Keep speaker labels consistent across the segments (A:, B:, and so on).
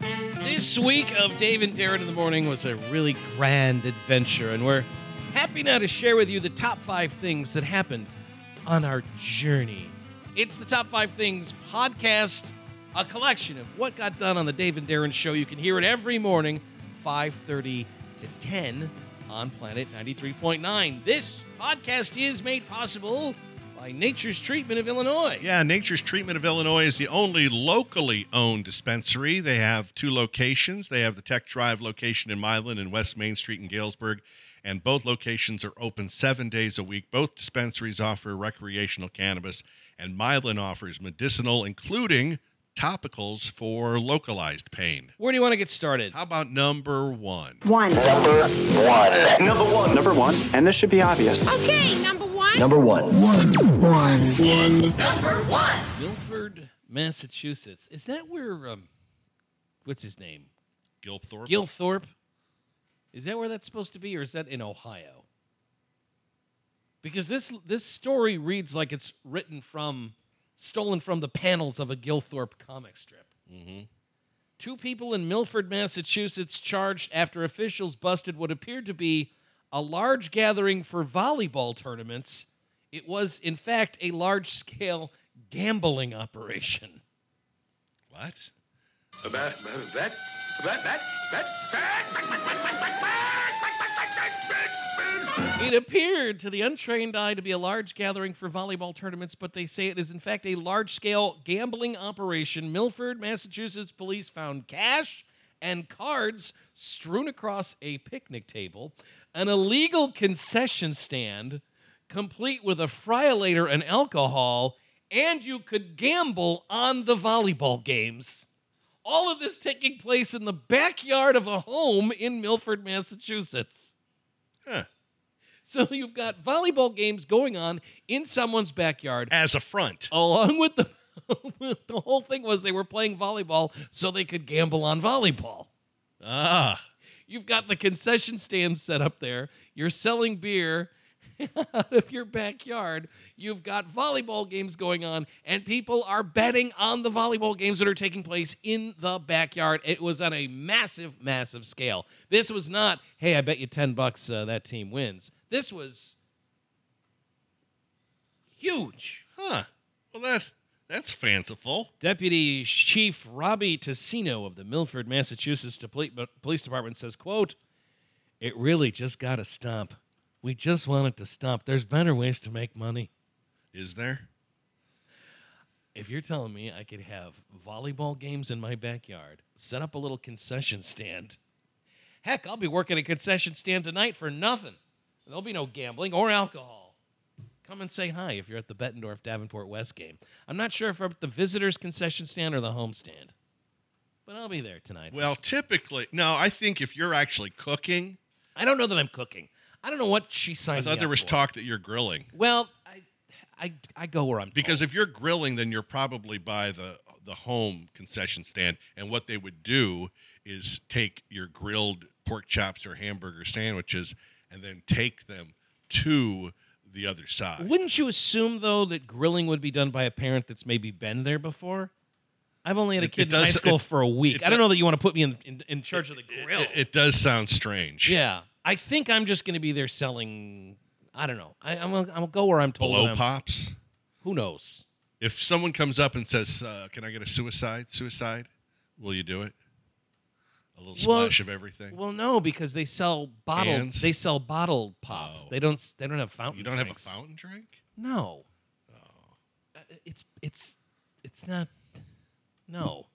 A: This week of Dave and Darren in the Morning was a really grand adventure, and we're happy now to share with you the top five things that happened on our journey. It's the Top Five Things podcast, a collection of what got done on the Dave and Darren show. You can hear it every morning, 5.30 to 10 on Planet 93.9. This podcast is made possible by Nature's Treatment of Illinois.
B: Yeah, Nature's Treatment of Illinois is the only locally owned dispensary. They have two locations. They have the Tech Drive location in Milan and West Main Street in Galesburg, and both locations are open seven days a week. Both dispensaries offer recreational cannabis, and Milan offers medicinal, including topicals for localized pain.
A: Where do you want to get started?
B: How about number one?
C: One.
D: Number one. Number one. And this should be obvious.
E: Okay, number one.
D: Number one.
A: Guilford, Massachusetts. Is that where um, what's his name?
B: Gilthorpe.
A: Gilthorpe? Is that where that's supposed to be, or is that in Ohio? Because this this story reads like it's written from, stolen from the panels of a Gilthorpe comic strip. Two people in Milford, Massachusetts, charged after officials busted what appeared to be a large gathering for volleyball tournaments. It was, in fact, a large scale gambling operation.
B: what?
A: It appeared to the untrained eye to be a large gathering for volleyball tournaments, but they say it is in fact a large scale gambling operation. Milford, Massachusetts police found cash and cards strewn across a picnic table, an illegal concession stand, complete with a friolator and alcohol, and you could gamble on the volleyball games. All of this taking place in the backyard of a home in Milford, Massachusetts.
B: Huh.
A: So you've got volleyball games going on in someone's backyard,
B: As a front.
A: along with the the whole thing was they were playing volleyball so they could gamble on volleyball.
B: Ah.
A: You've got the concession stand set up there. You're selling beer out of your backyard. You've got volleyball games going on, and people are betting on the volleyball games that are taking place in the backyard. It was on a massive, massive scale. This was not, hey, I bet you 10 bucks uh, that team wins. This was huge.
B: Huh. Well, that that's fanciful.
A: Deputy Chief Robbie Tessino of the Milford, Massachusetts Depl- Police Department says, quote, it really just got to stop. We just want it to stop. There's better ways to make money.
B: Is there?
A: If you're telling me I could have volleyball games in my backyard, set up a little concession stand, heck, I'll be working a concession stand tonight for nothing. There'll be no gambling or alcohol. Come and say hi if you're at the Bettendorf Davenport West game. I'm not sure if I'm at the visitors' concession stand or the home stand, but I'll be there tonight.
B: Well, typically, no. I think if you're actually cooking,
A: I don't know that I'm cooking. I don't know what she signed.
B: I
A: me
B: thought
A: up
B: there was
A: for.
B: talk that you're grilling
A: Well, I, I, I go where I'm
B: because
A: told.
B: if you're grilling, then you're probably by the the home concession stand, and what they would do is take your grilled pork chops or hamburger sandwiches, and then take them to the other side.
A: Wouldn't you assume though that grilling would be done by a parent that's maybe been there before? I've only had a
B: It-
A: kid
B: it
A: in high
B: does-
A: school
B: it-
A: for a week.
B: it
A: I don't
B: does-
A: know that you want to put me in in, in charge of the grill.
B: It, it does sound strange.
A: yeah, I think I'm just going to be there selling. I don't know. I, I'm gonna, I'm gonna go where I'm told.
B: Blow
A: I'm-
B: pops.
A: Who knows?
B: If someone comes up and says, uh, "Can I get a suicide? Suicide?" Will you do it? A little
A: Well-
B: splash of everything.
A: Well, no, because they sell bottled.
B: Cans?
A: They sell bottled pop.
B: Oh.
A: They don't. s- They don't have fountain.
B: you don't
A: drinks.
B: have a fountain Oh. drink.
A: No. Uh, It's it's it's not. No.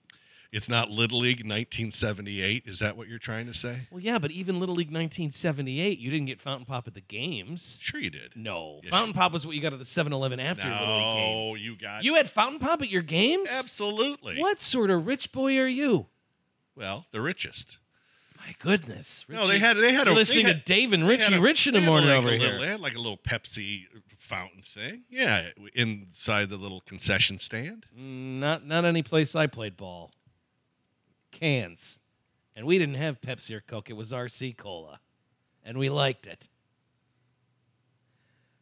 B: It's not Little League 1978. Is that what you're trying to say?
A: Well, yeah, but even Little League 1978, you didn't get fountain pop at the games.
B: Sure, you did.
A: No,
B: Yes,
A: fountain pop was what you got at the 7-Eleven after your Little League game.
B: No, you got
A: You had fountain pop at your games?
B: absolutely.
A: What sort of rich boy are you?
B: Well, the richest.
A: My goodness,
B: No, they had- they had
A: You're
B: a- they
A: listening
B: had-
A: to Dave and
B: They had
A: Richie
B: a-
A: Rich in the
B: they had
A: morning
B: like
A: over
B: a
A: here.
B: little- they had like a little Pepsi fountain thing. Yeah, inside the little concession stand.
A: Mm. Not not any place I played ball. Cans. And we didn't have Pepsi or Coke, it was RC Cola. And we liked it.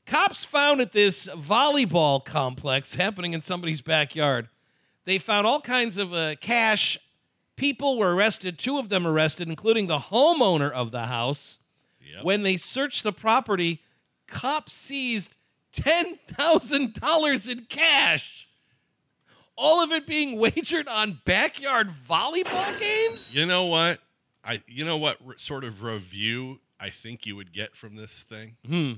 A: Cops found at this volleyball complex happening in somebody's backyard. They found all kinds of uh, cash People were arrested, two of them arrested, including the homeowner of the house. When they searched the property, cops seized $10,000 in cash. All of it being wagered on backyard volleyball games?
B: You know what? I you know what re- sort of review I think you would get from this thing?
A: Hmm.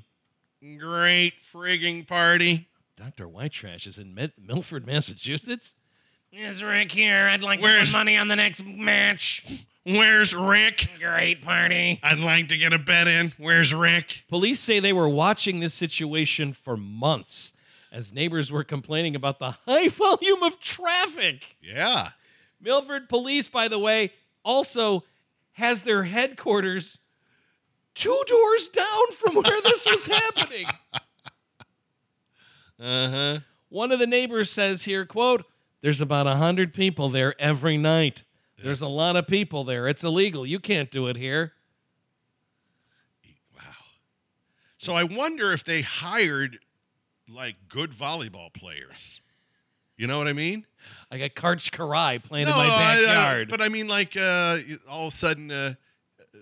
B: Great frigging party.
A: Dr. White Trash is in Med- Milford, Massachusetts. Is Rick here? I'd like
B: Where's-
A: money on the next match.
B: Where's Rick?
A: Great party.
B: I'd like to get a bet in. Where's Rick?
A: Police say they were watching this situation for months as neighbors were complaining about the high volume of traffic.
B: Yeah.
A: Milford Police, by the way, also has their headquarters two doors down from where this was happening.
B: Uh-huh.
A: One of the neighbors says here, quote, there's about a hundred people there every night. There's a lot of people there. It's illegal. You can't do it here.
B: Wow. So I wonder if they hired like good volleyball players. You know what I mean?
A: I got Karch Karai playing in
B: No,
A: my
B: I- I-
A: backyard.
B: but I mean, like, uh, all of a sudden, uh, uh,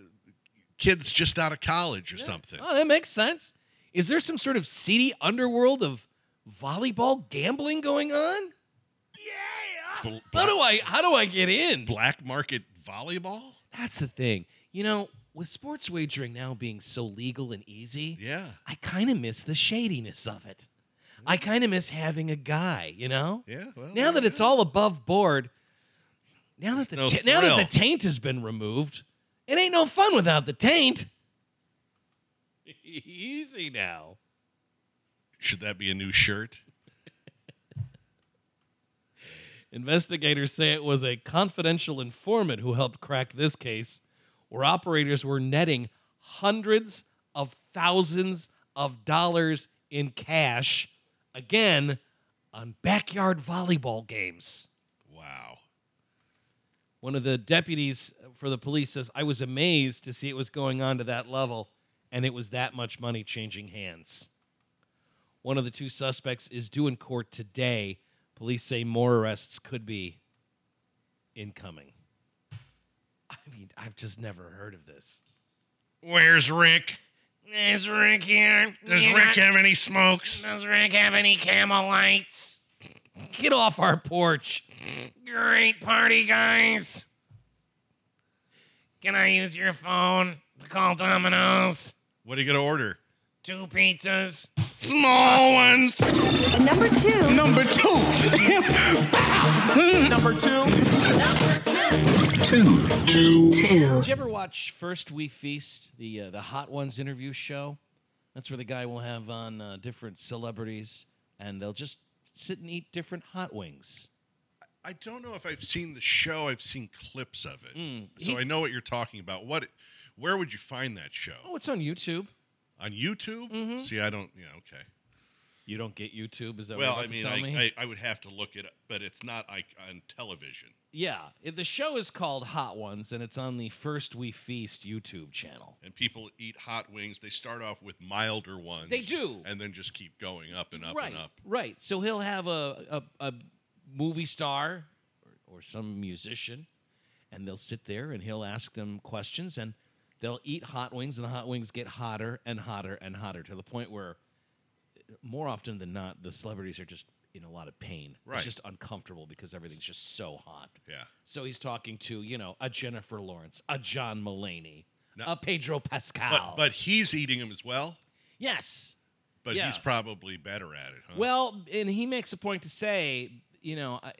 B: kids just out of college or something.
A: Oh, that makes sense. Is there some sort of seedy underworld of volleyball gambling going on?
B: Bl-
A: How
B: bl-
A: do I how do I get in?
B: black market volleyball?
A: That's the thing. You know, with sports wagering now being so legal and easy,
B: Yeah.
A: I kind of miss the shadiness of it. I kind of miss having a guy, you know?
B: Yeah. Well,
A: Now that it's all above board, now that the
B: No
A: ta- now that the
B: thrill.
A: taint has been removed, it ain't no fun without the taint. Easy now.
B: should that be a new shirt?
A: Investigators say it was a confidential informant who helped crack this case, where operators were netting hundreds of thousands of dollars in cash, again, on backyard volleyball games.
B: Wow.
A: One of the deputies for the police says, I was amazed to see it was going on to that level, and it was that much money changing hands. One of the two suspects is due in court today. Police say more arrests could be incoming. I mean, I've just never heard of this.
B: Where's Rick?
A: Is Rick here?
B: Does Rick have any smokes?
A: Does Rick have any camel lights? Get off our porch. Great party, guys. Can I use your phone to call Domino's?
B: What are you gonna order?
A: Two pizzas.
B: Small ones.
F: Number two.
G: Number two. Number two.
F: Two.
A: Did you ever watch First We Feast, the uh, the Hot Ones interview show? That's where the guy will have on uh, different celebrities, and they'll just sit and eat different hot wings.
B: I don't know if I've seen the show. I've seen clips of it, so
A: Hmm. He-
B: I know what you're talking about. What? Where would you find that show?
A: Oh, it's on YouTube.
B: On YouTube?
A: Mm-hmm.
B: See, I don't. Yeah, okay.
A: You don't get YouTube? Is that
B: Well,
A: what
B: I
A: you're
B: mean,
A: about to tell me?
B: I, I, I would have to look it up, but it's not like on television.
A: Yeah, it, the show is called Hot Ones, and it's on the First We Feast YouTube channel.
B: And people eat hot wings. They start off with milder ones.
A: They do.
B: and then just keep going up and up
A: right,
B: and up.
A: right. So he'll have a a, a movie star or, or some musician, and they'll sit there and he'll ask them questions, and they'll eat hot wings, and the hot wings get hotter and hotter and hotter to the point where, uh, more often than not, the celebrities are just in a lot of pain.
B: Right.
A: It's just uncomfortable because everything's just so hot.
B: Yeah.
A: So he's talking to, you know, a Jennifer Lawrence, a John Mullaney,
B: No.
A: a Pedro Pascal.
B: But, but he's eating them as well.
A: yes.
B: But
A: Yeah.
B: he's probably better at it, huh?
A: Well, and he makes a point to say, you know, I,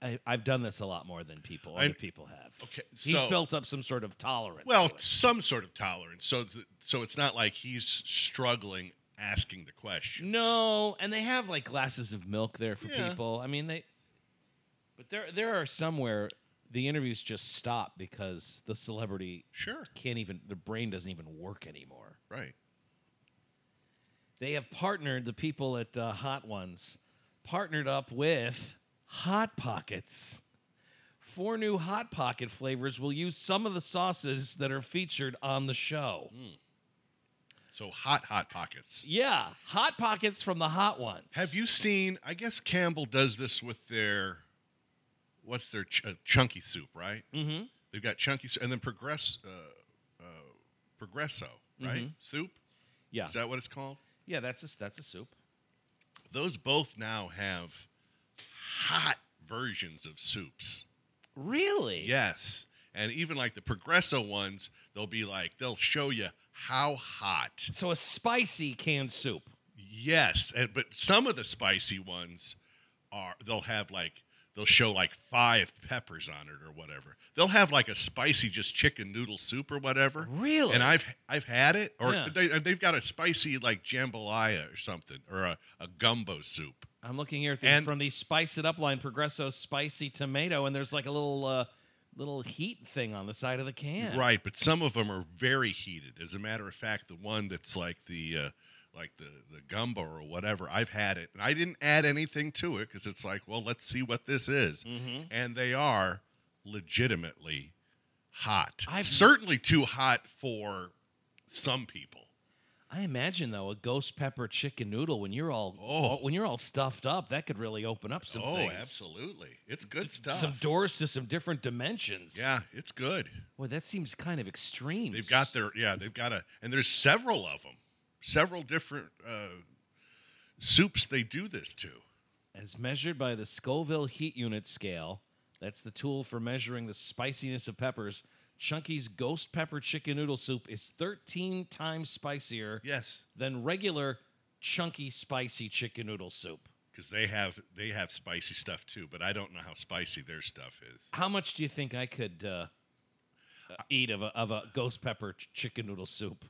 A: I I've done this a lot more than people other
B: I-
A: people have.
B: Okay,
A: he's
B: so-
A: built up some sort of tolerance.
B: well,
A: to it.
B: some sort of tolerance. So, th- so it's not like he's struggling asking the questions.
A: no, and they have like glasses of milk there for
B: Yeah.
A: people. I mean, they. But there, there are somewhere the interviews just stop because the celebrity
B: Sure.
A: can't even their brain doesn't even work anymore.
B: Right.
A: they have partnered the people at uh, Hot Ones partnered up with Hot Pockets. Four new Hot Pocket flavors will use some of the sauces that are featured on the show.
B: So hot, hot pockets.
A: Yeah, Hot Pockets from the Hot Ones.
B: Have you seen? I guess Campbell does this with their. what's their ch- uh, chunky soup, right?
A: Mm-hmm.
B: They've got chunky soup, and then progress, uh, uh, progresso, right? Soup
A: Mm-hmm. Yeah.
B: is that what it's called?
A: yeah, that's a, that's a soup.
B: Those both now have hot versions of soups.
A: Really?
B: Yes. And even like the Progresso ones, they'll be like, they'll show you how hot.
A: So a spicy canned soup.
B: Yes. And, but some of the spicy ones are, they'll have like, they'll show like five peppers on it or whatever. They'll have like a spicy just chicken noodle soup or whatever.
A: Really?
B: And I've, I've had it. Or
A: Yeah.
B: they, they've got a spicy like jambalaya or something or a, a gumbo soup.
A: I'm looking here at the,
B: And-
A: from the Spice It Up line, Progresso Spicy Tomato, and there's like a little uh, little heat thing on the side of the can.
B: Right, but some of them are very heated. As a matter of fact, the one that's like the uh, like the the gumbo or whatever, I've had it, and I didn't add anything to it because it's like, well, let's see what this is,
A: Mm-hmm.
B: and they are legitimately hot.
A: I've-
B: Certainly too hot for some people.
A: I imagine though a ghost pepper chicken noodle when you're all
B: Oh.
A: when you're all stuffed up, that could really open up some
B: oh,
A: things.
B: absolutely, it's good stuff.
A: Some doors to some different dimensions.
B: yeah, it's good.
A: Boy, that seems kind of extreme.
B: They've got their yeah. They've got a and there's several of them, several different uh, soups they do this to.
A: as measured by the Scoville heat unit scale. That's the tool for measuring the spiciness of peppers. Chunky's ghost pepper chicken noodle soup is 13 times spicier
B: Yes.
A: than regular chunky spicy chicken noodle soup.
B: because they have they have spicy stuff too, but I don't know how spicy their stuff is.
A: How much do you think I could uh, uh, eat of a, of a ghost pepper ch- chicken noodle soup?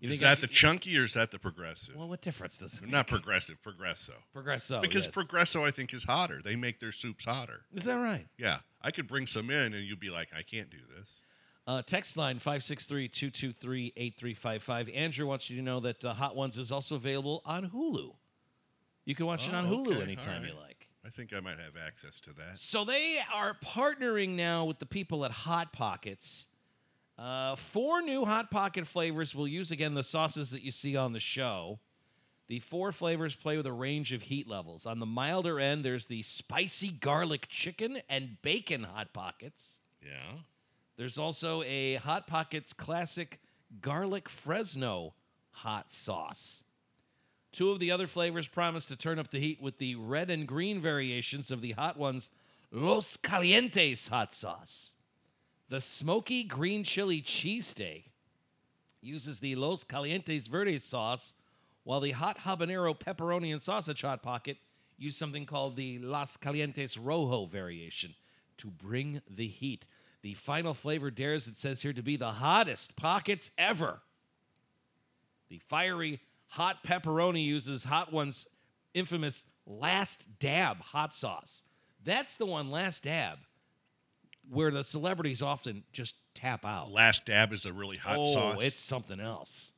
A: You
B: Is
A: I
B: that the
A: could-
B: chunky or is that the progressive?
A: well? What difference does it?
B: Not progressive, progresso.
A: Progresso
B: Because
A: yes.
B: progresso, I think, is hotter. They make their soups hotter.
A: is that right?
B: Yeah, I could bring some in, and you'd be like, I can't do this.
A: Uh, text line 563-223-8355. Andrew wants you to know that uh, Hot Ones is also available on Hulu. You can watch it
B: Oh,
A: on Hulu
B: okay,
A: anytime
B: all
A: you
B: right.
A: like.
B: I think I might have access to that.
A: So they are partnering now with the people at Hot Pockets. Uh, four new Hot Pocket flavors. We'll use again the sauces that you see on the show. The four flavors play with a range of heat levels. On the milder end, there's the spicy garlic chicken and bacon Hot Pockets.
B: Yeah.
A: There's also a Hot Pockets classic garlic Fresno hot sauce. Two of the other flavors promise to turn up the heat with the red and green variations of the hot ones Los Calientes hot sauce. The smoky green chili cheesesteak uses the Los Calientes Verdes sauce, while the hot habanero pepperoni and sausage hot pocket use something called the Las Calientes Rojo variation to bring the heat. The final flavor dares, it says here, to be the hottest pockets ever. The fiery hot pepperoni uses Hot One's infamous Last Dab hot sauce. That's the one, Last Dab, where the celebrities often just tap out
B: Last dab is a really hot
A: oh,
B: sauce.
A: it's something else.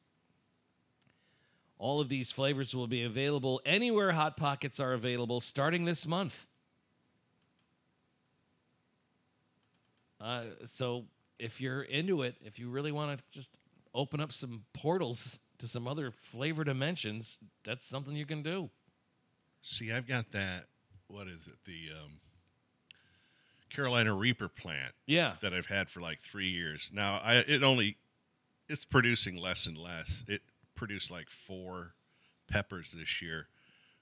A: All of these flavors will be available anywhere Hot Pockets are available starting this month. Uh, so if you're into it, if you really want to just open up some portals to some other flavor dimensions, that's something you can do.
B: See, I've got that. What is it? The um, Carolina Reaper plant.
A: Yeah.
B: that I've had for like three years. Now I it only it's producing less and less. It produced like four peppers this year,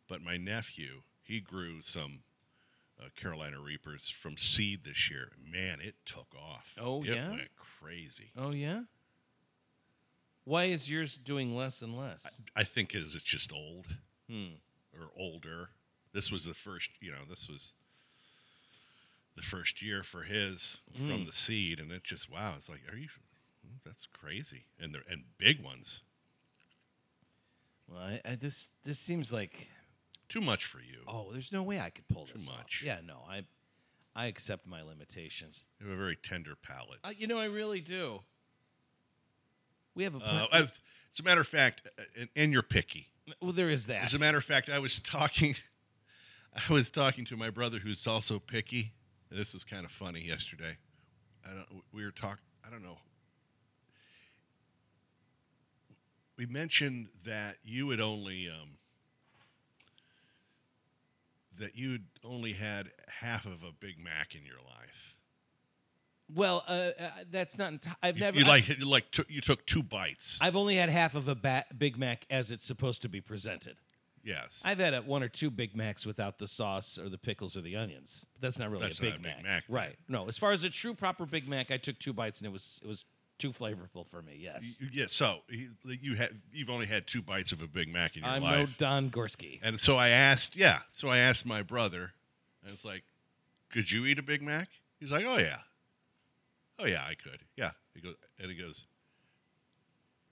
B: but my nephew he grew some uh, Carolina Reapers from seed this year. Man, it took off.
A: Oh,
B: it
A: yeah?
B: went crazy.
A: Oh, yeah? Why is yours doing less and less?
B: I think is it's just old
A: Hmm.
B: or older. This was the first, you know, this was the first year for his
A: Hmm.
B: from the seed, and it just wow, it's like, are you? That's crazy, and they're and big ones.
A: well, I, I, this, this seems like
B: Too much for you.
A: Oh, there's no way I could pull this
B: much.
A: Off. Yeah, no, I, I accept my limitations.
B: You have a very tender palate.
A: Uh, you know, I really do. We have a
B: Uh,
A: pla-
B: I was- as a matter of fact, uh, and, and you're picky.
A: well. There is that.
B: As a matter of fact, I was talking, I was talking to my brother who's also picky. And this was kind of funny yesterday. I don't. We were talking. I don't know. We mentioned that you would only um, that you'd only had half of a Big Mac in your life.
A: Well, uh, uh, that's not. Enti- I've
B: You,
A: never.
B: you
A: I-
B: like you like took you took two bites.
A: I've only had half of a bat, Big Mac as it's supposed to be presented.
B: yes,
A: I've had a, one or two Big Macs without the sauce or the pickles or the onions. But that's not really
B: That's
A: a Big
B: not a Big
A: Mac.
B: Mac thing.
A: right? No, as far as a true proper Big Mac, I took two bites and it was it was too flavorful for me. Yes,
B: yeah. So he- you had you've only had two bites of a Big Mac in your
A: I'm
B: life.
A: no Don Gorski.
B: And so I asked, yeah. So I asked my brother, and it's like, could you eat a Big Mac? He's like, oh yeah, oh yeah, I could. Yeah. He goes, and he goes.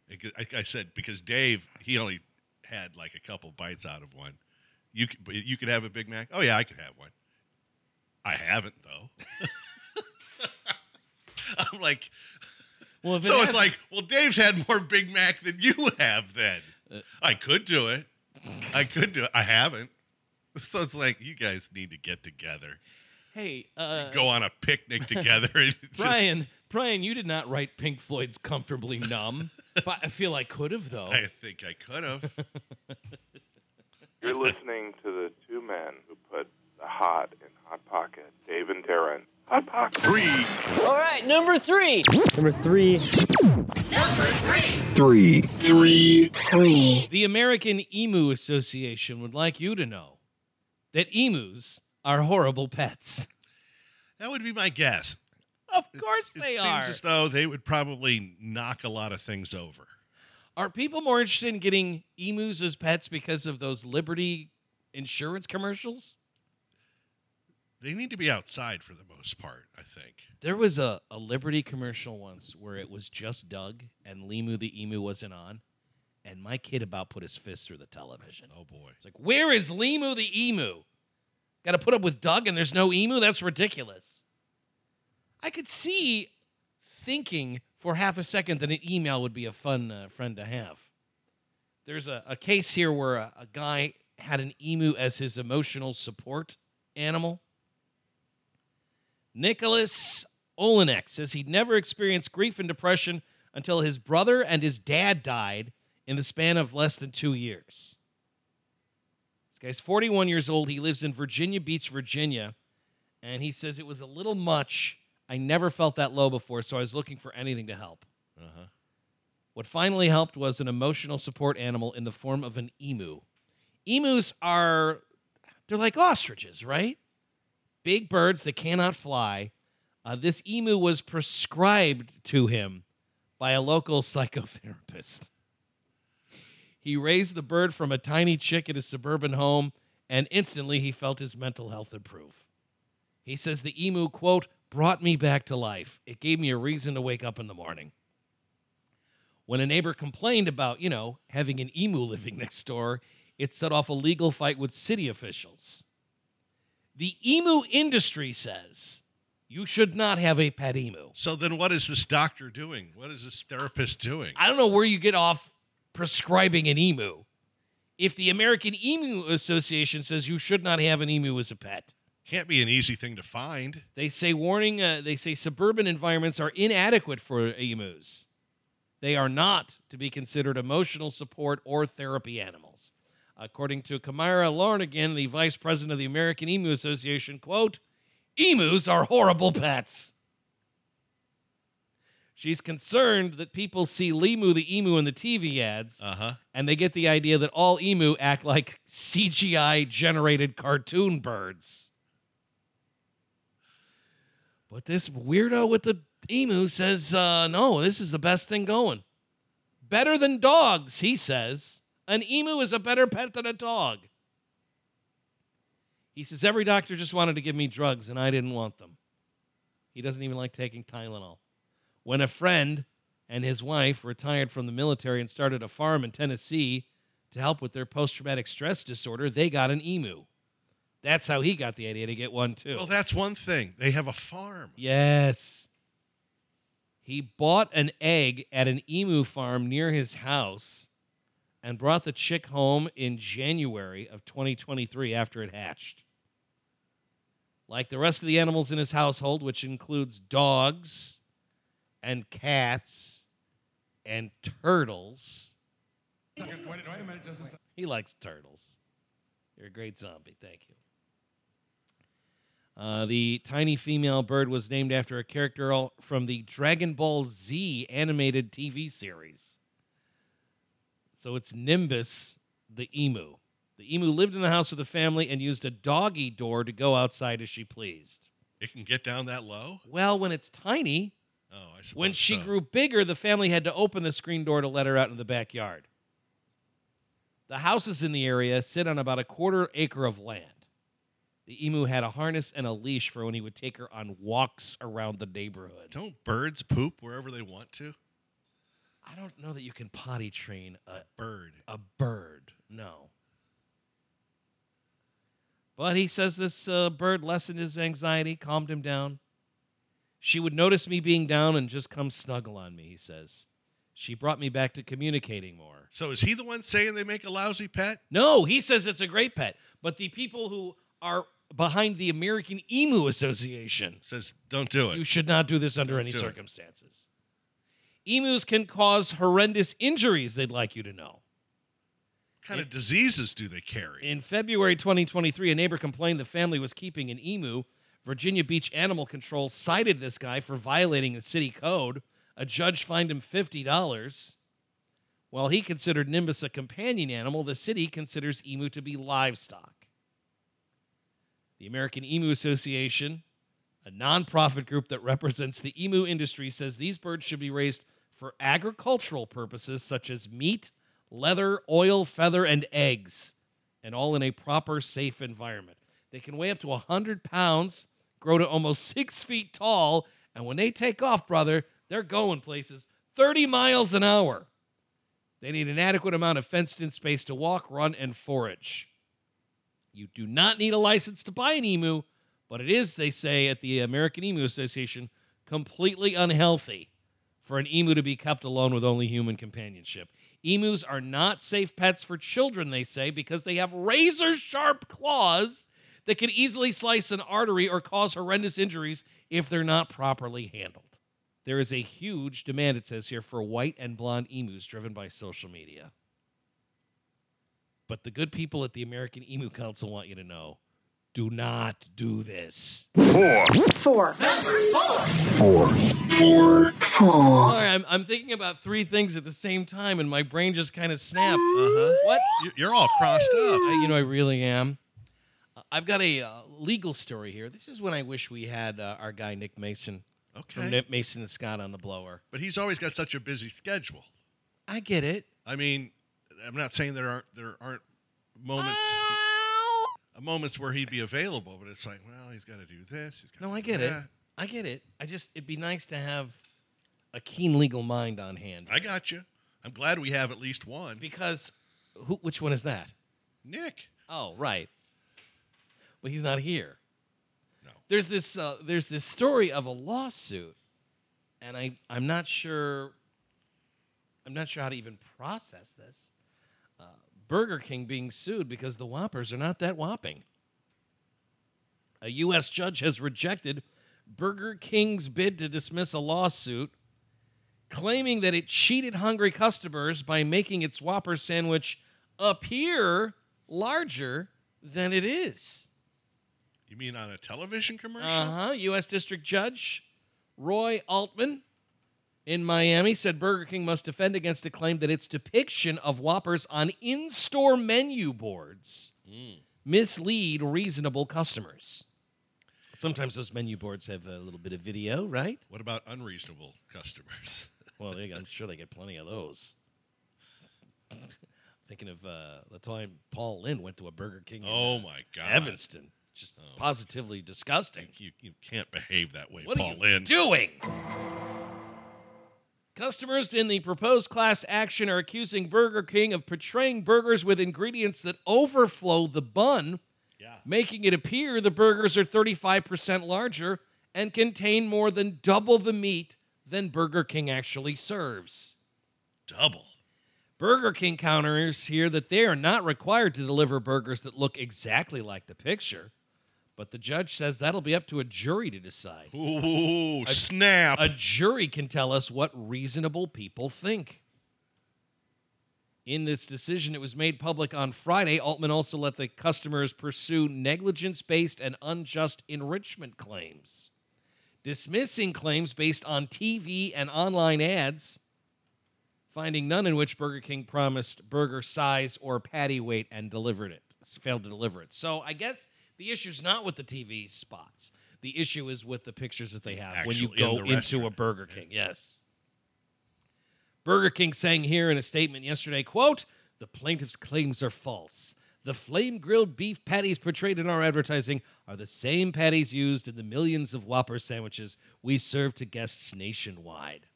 B: it go- I I said because Dave he only had like a couple bites out of one. You could, but you could have a Big Mac. Oh yeah, I could have one. I haven't though. I'm like,
A: Well, if it
B: so
A: has-
B: it's like, well, Dave's had more Big Mac than you have. Then
A: Uh,
B: I could do it. I could do it. I haven't. So it's like you guys need to get together,
A: hey, uh,
B: go on a picnic together, and just,
A: Brian, Brian, you did not write Pink Floyd's "Comfortably Numb," but I feel I could have though.
B: I think I could have.
H: You're listening to the two men who put the hot in Hot Pocket, Dave and Darren. Hot Pocket. Three.
I: All right, number three.
C: Number three.
I: Three.
A: The American Emu Association would like you to know that emus are horrible pets.
B: That would be my guess.
A: Of course
B: It
A: they
B: seems
A: are.
B: as though they would probably knock a lot of things over.
A: Are people more interested in getting emus as pets because of those Liberty insurance commercials?
B: They need to be outside for the most part. I think.
A: There was a, a Liberty commercial once where it was just Doug and Limu the emu wasn't on, and my kid about put his fist through the television.
B: Oh boy.
A: It's like, where is Limu the emu? Got to put up with Doug and there's no emu? That's ridiculous. I could see thinking for half a second that an email would be a fun uh, friend to have. There's a, a case here where a, a guy had an emu as his emotional support animal. Nicholas Olenek says he never experienced grief and depression until his brother and his dad died in the span of less than two years. This guy's 41 years old. He lives in Virginia Beach, Virginia. And he says it was a little much. I never felt that low before, so I was looking for anything to help.
B: Uh-huh.
A: What finally helped was an emotional support animal in the form of an emu. Emus are, they're like ostriches, right? Big birds that cannot fly. Uh, this emu was prescribed to him by a local psychotherapist. He raised the bird from a tiny chick at his suburban home, and instantly he felt his mental health improve. He says the emu, quote, brought me back to life. It gave me a reason to wake up in the morning. When a neighbor complained about, you know, having an emu living next door, it set off a legal fight with city officials. The emu industry says you should not have a pet emu.
B: So then, what is this doctor doing? What is this therapist doing?
A: I don't know where you get off prescribing an emu. If the American Emu Association says you should not have an emu as a pet,
B: Can't be an easy thing to find.
A: they say warning. Uh, they say suburban environments are inadequate for emus. They are not to be considered emotional support or therapy animals, according to Kamara Lornigan, the vice president of the American Emu Association. "Quote: Emus are horrible pets." She's concerned that people see Limu the emu in the TV ads,
B: Uh huh.
A: and they get the idea that all emu act like CGI generated cartoon birds. But this weirdo with the emu says, uh, no, this is the best thing going. Better than dogs, he says. An emu is a better pet than a dog. He says, every doctor just wanted to give me drugs, and I didn't want them. He doesn't even like taking Tylenol when a friend and his wife retired from the military and started a farm in Tennessee to help with their post traumatic stress disorder, they got an emu. That's how he got the idea to get one, too.
B: Well, that's one thing. They have a farm.
A: yes. He bought an egg at an emu farm near his house and brought the chick home in January of 2023 after it hatched. Like the rest of the animals in his household, which includes dogs and cats and turtles. He likes turtles. You're a great zombie. Thank you. Uh, the tiny female bird was named after a character al- from the Dragon Ball Z animated TV series. So it's Nimbus the emu. The emu lived in the house with the family and used a doggy door to go outside as she pleased.
B: It can get down that low.
A: Well, when it's tiny,
B: Oh, I suppose.
A: when she
B: so.
A: grew bigger, the family had to open the screen door to let her out in the backyard. The houses in the area sit on about a quarter acre of land. The emu had a harness and a leash for when he would take her on walks around the neighborhood.
B: don't birds poop wherever they want to?
A: I don't know that you can potty train a,
B: Bird.
A: a bird. No. But he says this uh, bird lessened his anxiety, calmed him down. She would notice me being down and just come snuggle on me, he says. She brought me back to communicating more.
B: So is he the one saying they make a lousy pet?
A: No, he says it's a great pet, but the people who are behind the American Emu Association
B: Says don't do it.
A: you should not do this under any
B: do it.
A: circumstances. Emus can cause horrendous injuries, they'd like you to know.
B: what kind of diseases do they carry?
A: In February 2023, a neighbor complained the family was keeping an emu. Virginia Beach Animal Control cited this guy for violating the city code. A judge fined him $50. While he considered Nimbus a companion animal, the city considers emu to be livestock. The American Emu Association, a nonprofit group that represents the emu industry, says these birds should be raised for agricultural purposes such as meat, leather, oil, feather, and eggs, and all in a proper, safe environment. They can weigh up to 100 pounds, grow to almost six feet tall, and when they take off, brother, they're going places 30 miles an hour. They need an adequate amount of fenced in space to walk, run, and forage. You do not need a license to buy an emu, but it is, they say at the American Emu Association, completely unhealthy for an emu to be kept alone with only human companionship. Emus are not safe pets for children, they say, because they have razor sharp claws that can easily slice an artery or cause horrendous injuries if they're not properly handled. There is a huge demand, it says here, for white and blonde emus driven by social media. But the good people at the American Emu Council want you to know do not do this.
C: four,
A: All right, I'm, I'm thinking about three things at the same time, and my brain just kind of snapped.
B: Uh-huh.
A: What?
B: You- You're all crossed up.
A: I, you know, I really am. Uh, I've got a uh, legal story here. This is when I wish we had uh, our guy, Nick Mason, from
B: Okay.
A: Nick Mason and Scott on the blower.
B: But he's always got such a busy schedule.
A: I get it.
B: I mean, I'm not saying there aren't there aren't moments moments where he'd be available, but it's like, well, he's got to do this. He's gotta
A: No, I
B: do
A: get it.
B: that.
A: I get it. I just, it'd be nice to have a keen legal mind on hand.
B: I got you. I'm glad we have at least one.
A: because, who, which one is that?
B: Nick.
A: Oh, right. But he's not here.
B: No.
A: There's this uh, there's this story of a lawsuit, and I I'm not sure. I'm not sure how to even process this. Uh, Burger King being sued because the Whoppers are not that whopping. A U.S. judge has rejected Burger King's bid to dismiss a lawsuit claiming that it cheated hungry customers by making its Whopper sandwich appear larger than it is.
B: You mean on a television commercial?
A: Uh huh. U.S. District Judge Roy Altman in Miami said Burger King must defend against a claim that its depiction of Whoppers on in store menu boards mislead reasonable customers. Sometimes those menu boards have a little bit of video, right?
B: What about unreasonable customers?
A: Well, they, I'm sure they get plenty of those. Thinking of uh, the time Paul Lynn went to a Burger King in
B: oh my God,
A: Evanston, just positively disgusting.
B: You you can't behave that way,
A: What
B: Paul
A: are you
B: Lynn.
A: doing? Customers in the proposed class action are accusing Burger King of portraying burgers with ingredients that overflow the bun, making it appear the burgers are 35% larger and contain more than double the meat than Burger King actually serves.
B: Double.
A: Burger King counters here that they are not required to deliver burgers that look exactly like the picture, but the judge says that'll be up to a jury to decide.
B: Ooh, snap.
A: A jury can tell us what reasonable people think. In this decision, it was made public on Friday. Altman also let the customers pursue negligence based and unjust enrichment claims, dismissing claims based on TV and online ads, finding none in which Burger King promised burger size or patty weight and delivered it, failed to deliver it. So I guess the issue's not with the TV spots. The issue is with the pictures that they have when you
B: Actually
A: go
B: in the
A: into a
B: restaurant.
A: Burger King. Yes. Burger King saying here in a statement yesterday, quote, the plaintiff's claims are false. The flame grilled beef patties portrayed in our advertising are the same patties used in the millions of Whopper sandwiches we serve to guests nationwide.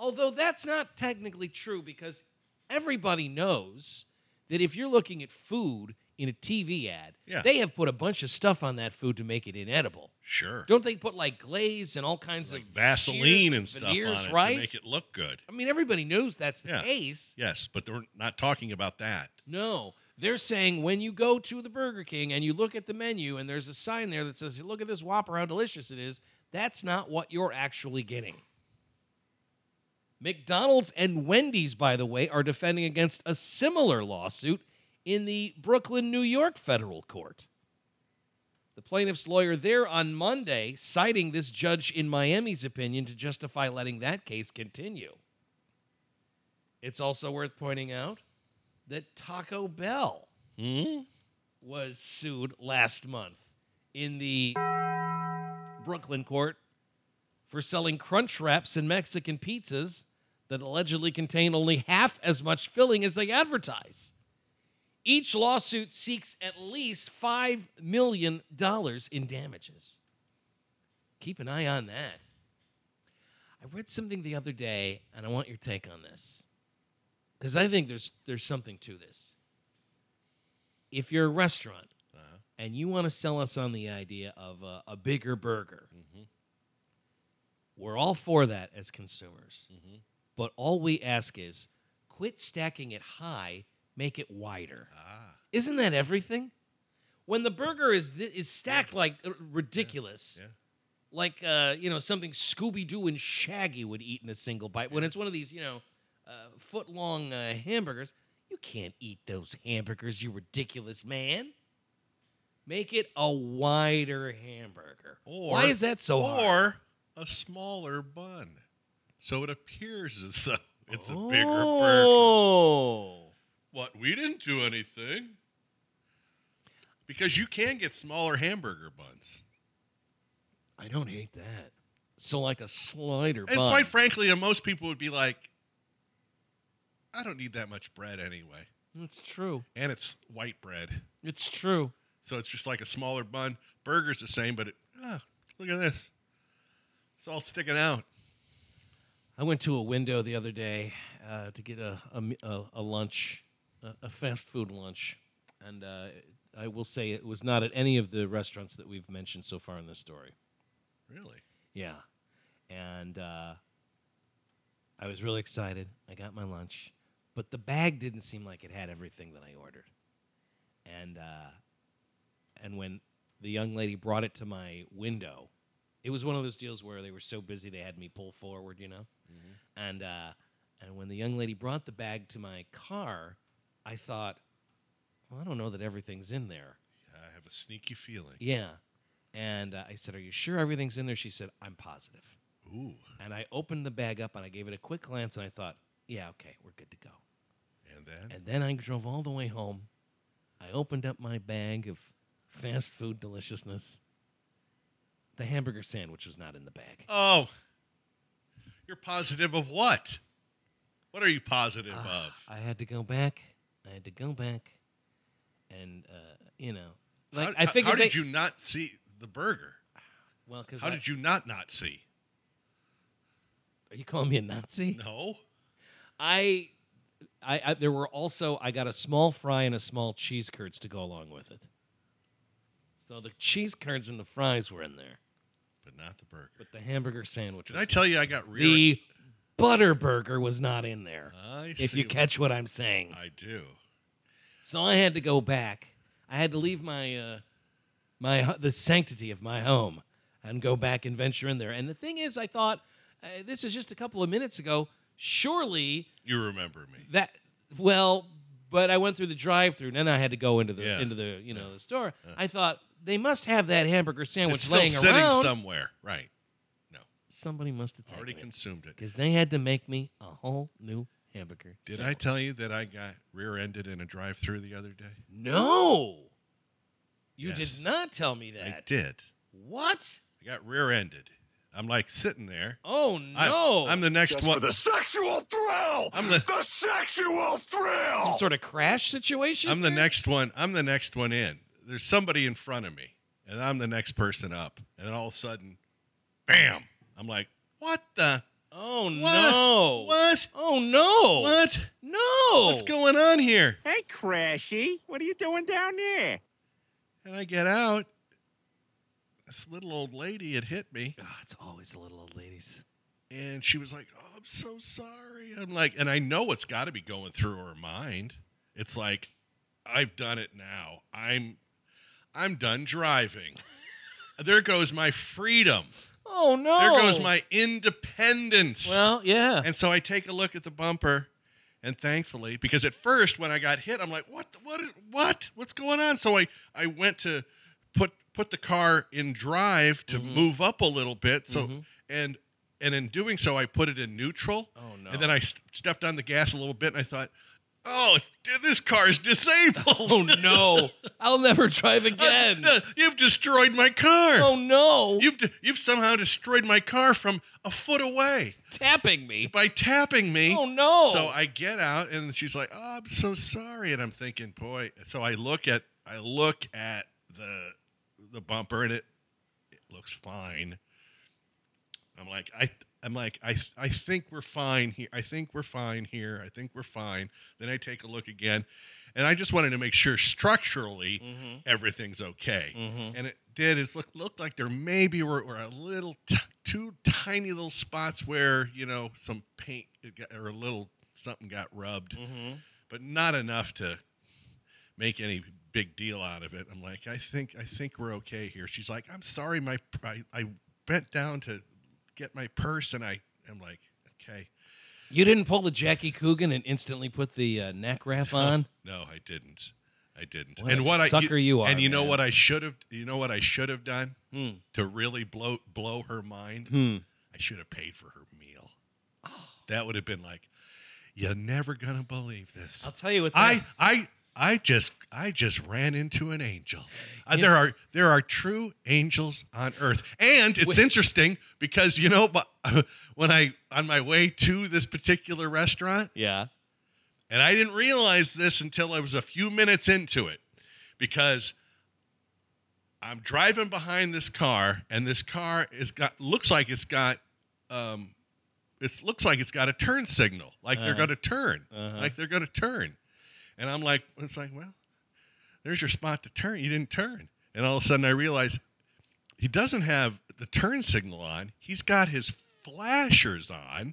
A: Although that's not technically true because everybody knows that if you're looking at food in a TV ad,
B: Yeah.
A: they have put a bunch of stuff on that food to make it inedible.
B: Sure.
A: Don't they put like glaze and all kinds of
B: Vaseline
A: shears
B: and stuff
A: veneers,
B: on it
A: right?
B: to make it look good.
A: I mean, everybody knows that's the
B: Yeah.
A: case.
B: Yes, but they're not talking about that.
A: No, they're saying when you go to the Burger King and you look at the menu and there's a sign there that says, "Look at this Whopper, how delicious it is." That's not what you're actually getting. McDonald's and Wendy's, by the way, are defending against a similar lawsuit in the Brooklyn, New York federal court. The plaintiff's lawyer there on Monday citing this judge in Miami's opinion to justify letting that case continue. It's also worth pointing out that Taco Bell was sued last month in the Brooklyn court for selling crunch wraps and Mexican pizzas that allegedly contain only half as much filling as they advertise. Each lawsuit seeks at least $5 million in damages. Keep an eye on that. I read something the other day, and I want your take on this because I think there's there's something to this. If you're a restaurant and you want to sell us on the idea of a, a bigger burger, we're all for that as consumers. But all we ask is, quit stacking it high, make it wider.
B: Ah.
A: Isn't that everything? When the burger is th- is stacked like uh, ridiculous. Like uh, you know something Scooby Doo and Shaggy would eat in a single bite. When it's one of these you know uh, foot long uh, hamburgers, you can't eat those hamburgers. You ridiculous man. Make it a wider hamburger.
B: Or
A: Why is that so
B: Or
A: hard?
B: a smaller bun, so it appears as though it's a bigger burger.
A: oh.
B: What we didn't do anything because you can get smaller hamburger buns,
A: I don't hate that. So like a slider
B: and
A: bun.
B: quite frankly, uh, most people would be like, "I don't need that much bread anyway,"
A: it's true.
B: and it's white bread,
A: It's true.
B: so it's just like a smaller bun. Burger's the same, but it, ah, look at this, it's all sticking out.
A: I went to a window the other day uh, to get a a, m- a- a lunch, a, a fast food lunch, and uh, I will say it was not at any of the restaurants that we've mentioned so far in this story.
B: Really?
A: Yeah, and uh, I was really excited. I got my lunch, but the bag didn't seem like it had everything that I ordered, and uh, and when the young lady brought it to my window, it was one of those deals where they were so busy they had me pull forward, you know. And uh, and when the young lady brought the bag to my car, I thought, well, I don't know that everything's in there.
B: I have a sneaky feeling.
A: Yeah. And uh, I said, Are you sure everything's in there? She said, I'm positive.
B: Ooh,
A: And I opened the bag up and I gave it a quick glance and I thought, Yeah, okay, we're good to go.
B: and then
A: And then I drove all the way home. I opened up my bag of fast food deliciousness. The hamburger sandwich was not in the bag.
B: Oh, you're positive of what? What are you positive of?
A: I had to go back. I had to go back. And, uh, you know, like
B: how,
A: I
B: how-
A: figured
B: How
A: they,
B: did you not see the burger?
A: Well, because
B: How did you not not see?
A: Are you calling me a Nazi?
B: No.
A: I, I, I there were also I got a small fry and a small cheese curds to go along with it. So the cheese curds and the fries were in there,
B: But not the burger.
A: but the hamburger sandwich.
B: Did
A: was
B: I tell you I got rear?
A: the butter burger was not in there.
B: I
A: if
B: see
A: you
B: what-
A: catch what I'm saying.
B: I do.
A: So I had to go back. I had to leave my uh, my hu- the sanctity of my home and go back and venture in there. And the thing is, I thought uh, this is just a couple of minutes ago. Surely
B: You remember me.
A: that Well, but I went through the drive-through, and then I had to go into the
B: Yeah.
A: into the you know the store. I thought they must have that hamburger sandwich
B: it's still
A: laying
B: sitting
A: around.
B: somewhere. Right.
A: Somebody must have taken
B: Already
A: it
B: consumed it.
A: because they had to make me a whole new hamburger.
B: Did I
A: sandwich.
B: tell you that I got rear-ended in a drive-through the other day?
A: No, you
B: Yes.
A: did not tell me that.
B: I did.
A: What?
B: I got rear-ended. I'm like sitting there.
A: Oh
B: I-
A: no!
B: I'm the next one.
J: sexual thrill!
B: I'm the-
J: the sexual thrill!
A: some sort of crash situation.
B: I'm the
A: here?
B: next one. I'm the next one in. There's somebody in front of me, and I'm the next person up. And then all of a sudden, bam! I'm like, what the?
A: Oh
B: What?
A: no!
B: What?
A: Oh no!
B: What?
A: No!
B: What's going on here?
C: Hey, Crashy, what are you doing down there?
B: And I get out. This little old lady had hit me,
A: Ah, it's always the little old ladies.
B: and she was like, "Oh, I'm so sorry." I'm like, and I know what's got to be going through her mind. It's like, I've done it now. I'm, I'm done driving. there goes my freedom.
A: Oh no!
B: There goes my independence.
A: Well, yeah.
B: and so I take a look at the bumper, and thankfully, because at first when I got hit, I'm like, "What? The, what? is- What? What's going on?" So I I went to put put the car in drive to
A: Mm-hmm.
B: move up a little bit. So and and in doing so, I put it in neutral.
A: Oh, no.
B: And then I st- stepped on the gas a little bit, and I thought, "Oh, this car is disabled."
A: Oh no! I'll never drive again.
B: You've destroyed my car.
A: Oh no!
B: You've de- you've somehow destroyed my car from a foot away
A: tapping me.
B: by tapping me.
A: Oh no!
B: So I get out and she's like, "Oh, I'm so sorry." And I'm thinking, "Boy." So I look at I look at the the bumper and it it looks fine. I'm like, I I'm like, I I think we're fine here. I think we're fine here. I think we're fine. Then I take a look again, and I just wanted to make sure structurally
A: Mm. Mm-hmm.
B: everything's okay. And it did. It looked looked like there maybe were, were a little t- two tiny little spots where you know some paint it got, or a little something got rubbed,
A: Mm. Mm-hmm.
B: but not enough to make any big deal out of it. I'm like, I think I think we're okay here. She's like, I'm sorry, my I, I bent down to get my purse, and I am like, okay,
A: you didn't pull the Jackie Coogan and instantly put the uh, neck wrap on.
B: no, I didn't, I didn't.
A: What a sucker you are,
B: And you know
A: man. Hmm.
B: what I should have, you know what I should have done to really blow blow her mind. I should have paid for her meal. That would have been like, you're never gonna believe this.
A: I'll tell you what.
B: I I I just I just ran into an angel. Uh, there are there are true angels on earth, and it's interesting because you know, but when I on my way to this particular restaurant,
A: yeah.
B: and I didn't realize this until I was a few minutes into it, because I'm driving behind this car, and this car is got looks like it's got. Um, it looks like it's got a turn signal, like they're going to turn, like they're going to turn. And I'm like, it's like, well, there's your spot to turn. You didn't turn. And all of a sudden I realize he doesn't have the turn signal on. He's got his flashers on,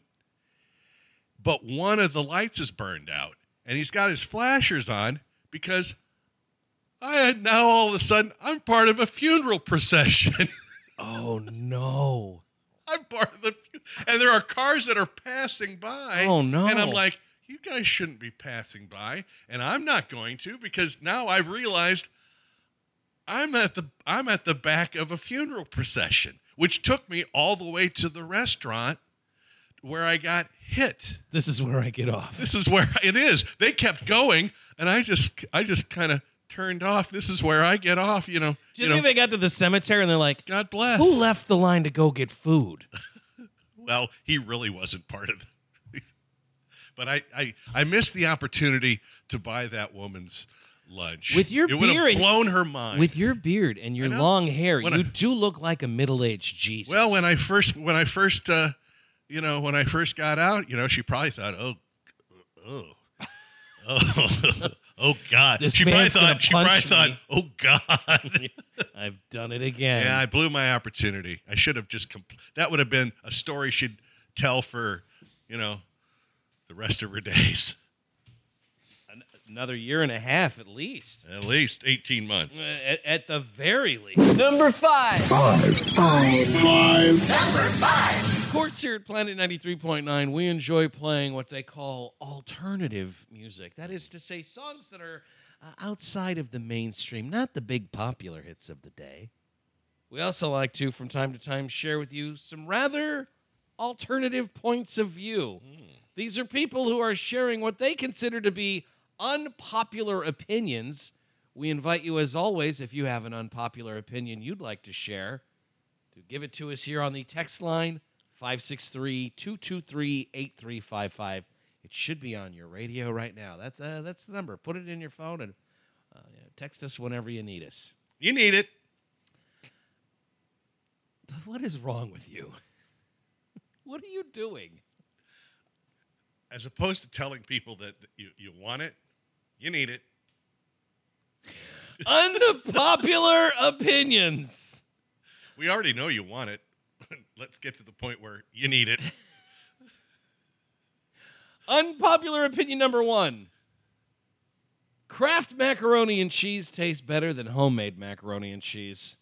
B: but one of the lights is burned out. And he's got his flashers on because I had now all of a sudden I'm part of a funeral procession.
A: Oh no!
B: I'm part of the, fu- and there are cars that are passing by.
A: Oh, no.
B: And I'm like, you guys shouldn't be passing by, and I'm not going to because now I've realized I'm at the I'm at the back of a funeral procession, which took me all the way to the restaurant where I got hit.
A: This is where I get off.
B: This is where it is. They kept going, and I just I just kind of turned off. This is where I get off. You know.
A: Do you, think they got to the cemetery and they're like,
B: God bless.
A: "Who left the line to go get food?"
B: Well, he really wasn't part of it. but I, I, I missed the opportunity to buy that woman's lunch.
A: With your
B: it would
A: beer
B: have
A: and-
B: blown her mind.
A: With your beard and your
B: know.
A: long hair,
B: When
A: you
B: I-
A: do look like a middle-aged Jesus.
B: well, when I first, when I first, uh, you know, when I first got out, you know, she probably thought, oh, oh, oh, oh, God.
A: This
B: she probably
A: man's gonna
B: thought, she probably
A: punch
B: thought,
A: me.
B: oh, God.
A: I've done it again.
B: yeah, I blew my opportunity. I should have just, compl- that would have been a story she'd tell for, you know, the rest of her days.
A: Another year and a half at least.
B: At least 18 months.
A: Uh, At, at the very least.
I: Number five.
K: Five.
A: Of course, Sports here at Planet 93.9, we enjoy playing what they call alternative music. That is to say, songs that are uh, outside of the mainstream, not the big popular hits of the day. We also like to, from time to time, share with you some rather alternative points of view. These are people who are sharing what they consider to be unpopular opinions. We invite you, as always, if you have an unpopular opinion you'd like to share, to give it to us here on the text line 563 223 8355. It should be on your radio right now. That's, uh, that's the number. Put it in your phone and uh, yeah, text us whenever you need us.
B: You need it.
A: But what is wrong with you? What are you doing?
B: As opposed to telling people that you, you want it, you need it.
A: Unpopular opinions.
B: We already know you want it. Let's get to the point where you need it.
A: Unpopular opinion number one. Kraft macaroni and cheese tastes better than homemade macaroni and cheese.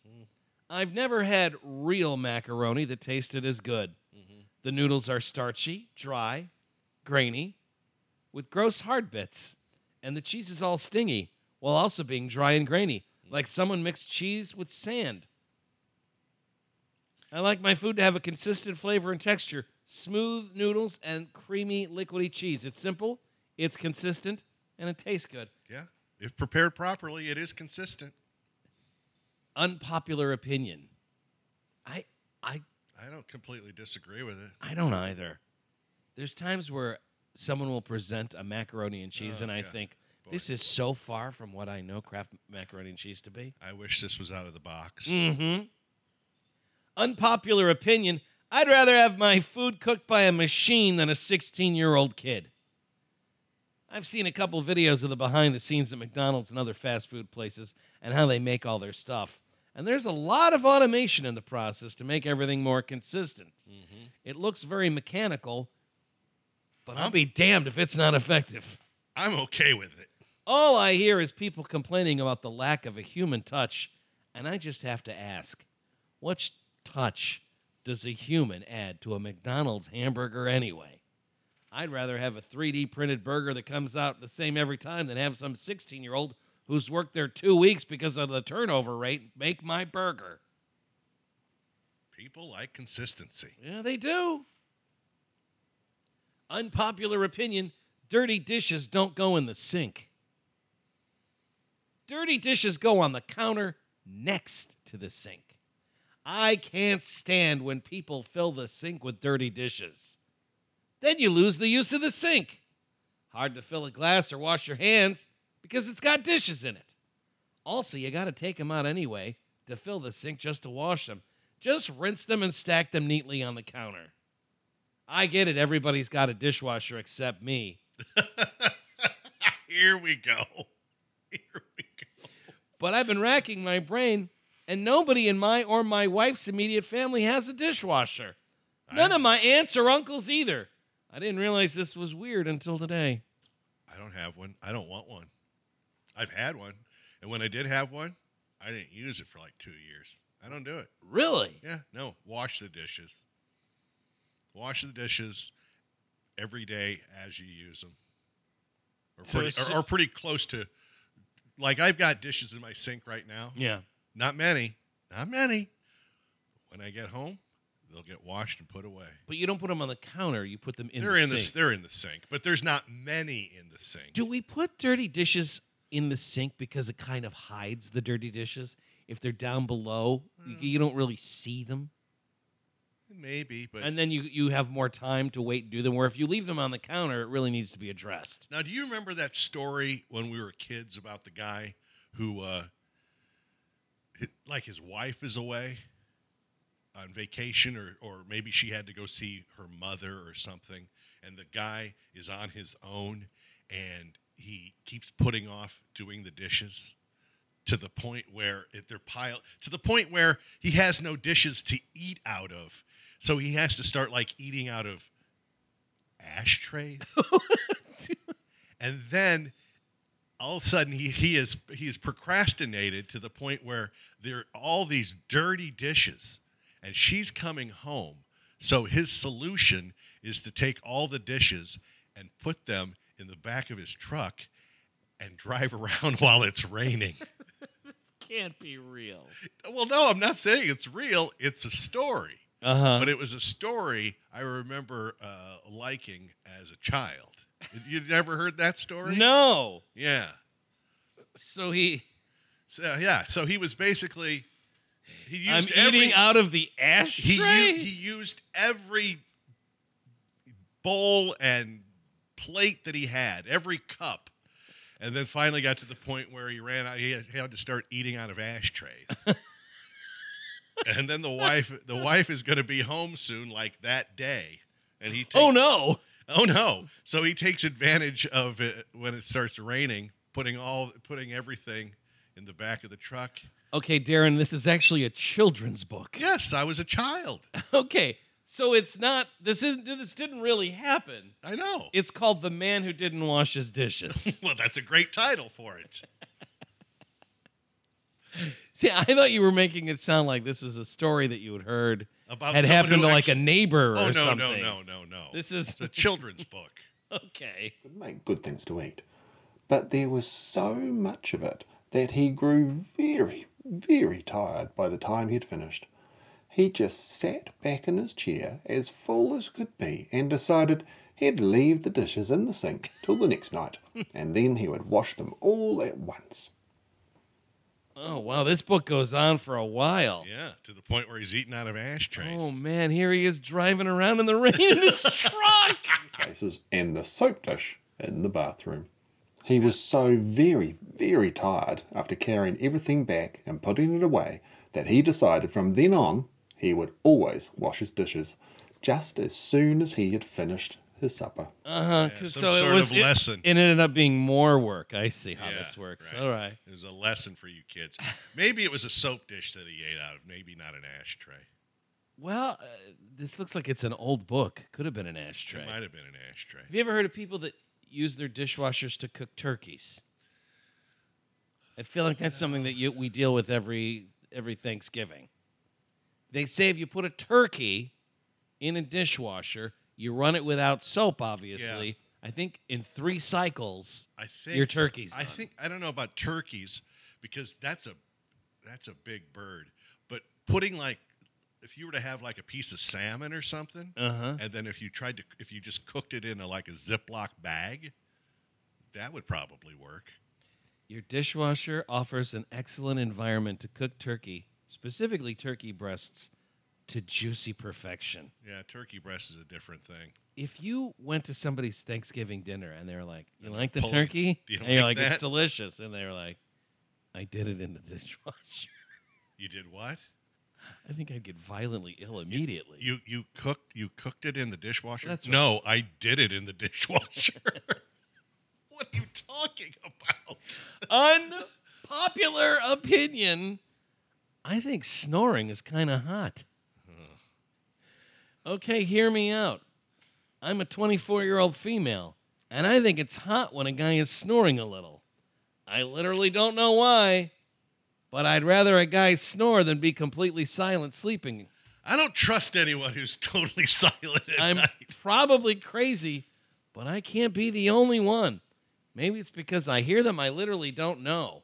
A: I've never had real macaroni that tasted as good. The noodles are starchy, dry, grainy, with gross hard bits, and the cheese is all stingy while also being dry and grainy, like someone mixed cheese with sand. I like my food to have a consistent flavor and texture, smooth noodles, and creamy, liquidy cheese. It's simple, it's consistent, and it tastes good.
B: Yeah. If prepared properly, it is consistent.
A: Unpopular opinion. I, I
B: I don't completely disagree with it.
A: I don't either. There's times where someone will present a macaroni and cheese, and I think this is so far from what I know Kraft macaroni and cheese to be.
B: I wish this was out of the box.
A: Unpopular opinion: I'd rather have my food cooked by a machine than a 16-year-old kid. I've seen a couple videos of the behind the scenes at McDonald's and other fast food places and how they make all their stuff. And there's a lot of automation in the process to make everything more consistent. It looks very mechanical, but I'll be damned if it's not effective.
B: I'm okay with it.
A: All I hear is people complaining about the lack of a human touch, and I just have to ask, what touch does a human add to a McDonald's hamburger anyway? I'd rather have a 3D printed burger that comes out the same every time than have some 16 year old who's worked there two weeks because of the turnover rate make my burger.
B: People like consistency.
A: Yeah, they do. Unpopular opinion dirty dishes don't go in the sink. Dirty dishes go on the counter next to the sink. I can't stand when people fill the sink with dirty dishes. Then you lose the use of the sink. Hard to fill a glass or wash your hands because it's got dishes in it. Also, you got to take them out anyway to fill the sink just to wash them. Just rinse them and stack them neatly on the counter. I get it. Everybody's got a dishwasher except me.
B: Here we go. Here we go.
A: But I've been racking my brain, and nobody in my or my wife's immediate family has a dishwasher. None of my aunts or uncles either. I didn't realize this was weird until today.
B: I don't have one. I don't want one. I've had one. And when I did have one, I didn't use it for like two years. I don't do it.
A: Really?
B: Yeah, no. Wash the dishes. Wash the dishes every day as you use them, or,
A: So
B: pretty,
A: it's-
B: or, or pretty close to. Like I've got dishes in my sink right now.
A: Yeah.
B: Not many. Not many. When I get home, they'll get washed and put away.
A: But you don't put them on the counter, you put them in
B: they're
A: the
B: in
A: sink.
B: the they're in the sink, but there's not many in the sink.
A: Do we put dirty dishes in the sink because it kind of hides the dirty dishes? If they're down below,
B: Hmm.
A: you, you don't really see them.
B: Maybe, but
A: And then you, you have more time to wait and do them. Where if you leave them on the counter, it really needs to be addressed.
B: Now, do you remember that story when we were kids about the guy who, uh, hi- like, his wife is away on vacation, or or maybe she had to go see her mother or something, and the guy is on his own, and he keeps putting off doing the dishes to the point where if they're piled to the point where he has no dishes to eat out of, so he has to start like eating out of ashtrays and then all of a sudden he, he is he is procrastinated to the point where there are all these dirty dishes and she's coming home So his solution is to take all the dishes and put them in the back of his truck and drive around while it's raining.
L: Can't be real.
B: well, no, I'm not saying it's real, it's a story.
A: Uh huh.
B: But it was a story I remember uh, liking as a child. You never heard that story?
A: No.
B: Yeah.
A: So he.
B: So yeah, so he was basically he
A: I'm
B: used every
A: eating out of the
B: he, u-
A: ashtray.
B: he used every bowl and plate that he had, every cup, and then finally got to the point where he ran out. He had, he had to start eating out of ashtrays. and then the wife, the wife is going to be home soon, like that day, and he takes,
A: oh no.
B: Oh no! So he takes advantage of it when it starts raining, putting all putting everything in the back of the truck.
A: Okay, Darren, this is actually a children's book.
B: Yes, I was a child.
A: Okay, so it's not. This isn't. This didn't really happen.
B: I know.
A: It's called "The Man Who Didn't Wash His Dishes."
B: well, that's a great title for it.
A: See, I thought you were making it sound like this was a story that you had heard
B: About
A: had
B: someone
A: happened
B: who
A: to like a
B: actu-
A: neighbor or
B: Oh no,
A: something.
B: no, no, no, no.
A: This is-
B: it's a children's book.
A: Okay.
K: make good things to eat. But there was so much of it that he grew very, very tired by the time he'd finished. He just sat back in his chair as full as could be and decided he'd leave the dishes in the sink till the next night, and then he would wash them all at once.
A: Oh wow, this book goes on for a while.
B: Yeah, to the point where he's eating out of ashtrays.
A: Oh man, here he is driving around in the rain in his truck.
K: places and the soap dish in the bathroom. He was so very, very tired after carrying everything back and putting it away that he decided from then on he would always wash his dishes just as soon as he had finished his supper.
A: Uh-huh, 'cause so
B: some
A: it
B: sort
A: was
B: of
A: it-
B: lesson.
A: It, ended up being more work. I see how
B: Yeah,
A: this works.
B: right.
A: All right.
B: It was a lesson for you kids. Maybe it was a soap dish that he ate out of. Maybe not an ashtray.
A: Well, uh, this looks like it's an old book. Could have been an
B: It
A: ashtray.
B: might have been an ashtray.
A: Have you ever heard of people that use their dishwashers to cook turkeys? I feel like that's something that you, we deal with every every Thanksgiving. They say if you put a turkey in a dishwasher, you run it without soap, obviously. I think in three cycles,
B: I think
A: your turkey's
B: I
A: done.
B: think I don't know about turkeys because that's a that's a big bird. But putting like if you were to have like a piece of salmon or something,
A: Uh-huh.
B: and then if you tried to if you just cooked it in a like a Ziploc bag, that would probably work.
A: Your dishwasher offers an excellent environment to cook turkey, specifically turkey breasts, to juicy perfection.
B: Yeah, turkey breast is a different thing.
A: If you went to somebody's Thanksgiving dinner and they were like, "You like the
B: pull it.
A: turkey?"
B: Do you
A: and you're
B: like
A: like, "It's
B: that?"
A: delicious," and they were like, "I did it in the dishwasher."
B: You did what?
A: I think I'd get violently ill immediately.
B: You you cooked you cooked it in the dishwasher?
A: That's right.
B: No, I did it in the dishwasher. what are you talking about?
A: Unpopular opinion. I think snoring is kind of hot. Okay, hear me out. I'm a 24 year old female, and I think it's hot when a guy is snoring a little. I literally don't know why, but I'd rather a guy snore than be completely silent sleeping.
B: I don't trust anyone who's totally silent at
A: I'm
B: night.
A: probably crazy, but I can't be the only one. Maybe it's because I hear them I literally don't know.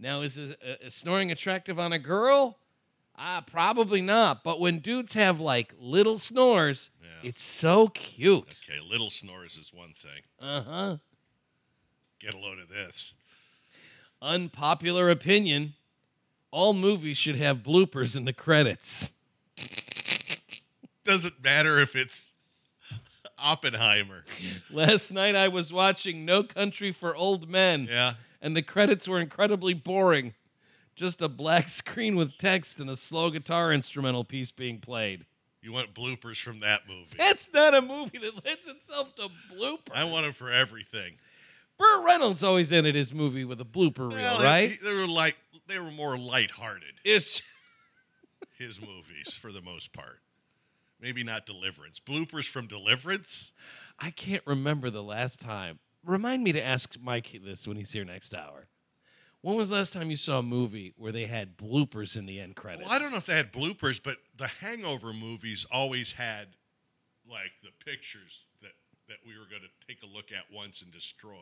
A: Now, is, is, is snoring attractive on a girl? Ah, probably not. But when dudes have like little snores,
B: Yeah.
A: it's so cute.
B: Okay, little snores is one thing.
A: Uh huh.
B: Get a load of this.
A: Unpopular opinion all movies should have bloopers in the credits.
B: Doesn't matter if it's Oppenheimer.
A: Last night I was watching No Country for Old Men.
B: Yeah.
A: and the credits were incredibly boring. Just a black screen with text and a slow guitar instrumental piece being played.
B: You want bloopers from that movie.
A: That's not a movie that lends itself to bloopers.
B: I want them for everything.
A: Burt Reynolds always ended his movie with a blooper reel,
B: Well,
A: right?
B: They, they were like they were more lighthearted,
A: it's
B: his movies for the most part. Maybe not Deliverance. Bloopers from Deliverance?
A: I can't remember the last time. Remind me to ask Mike this when he's here next hour. When was the last time you saw a movie where they had bloopers in the end credits?
B: Well, I don't know if they had bloopers, but the Hangover movies always had like the pictures that that we were going to take a look at once and destroy.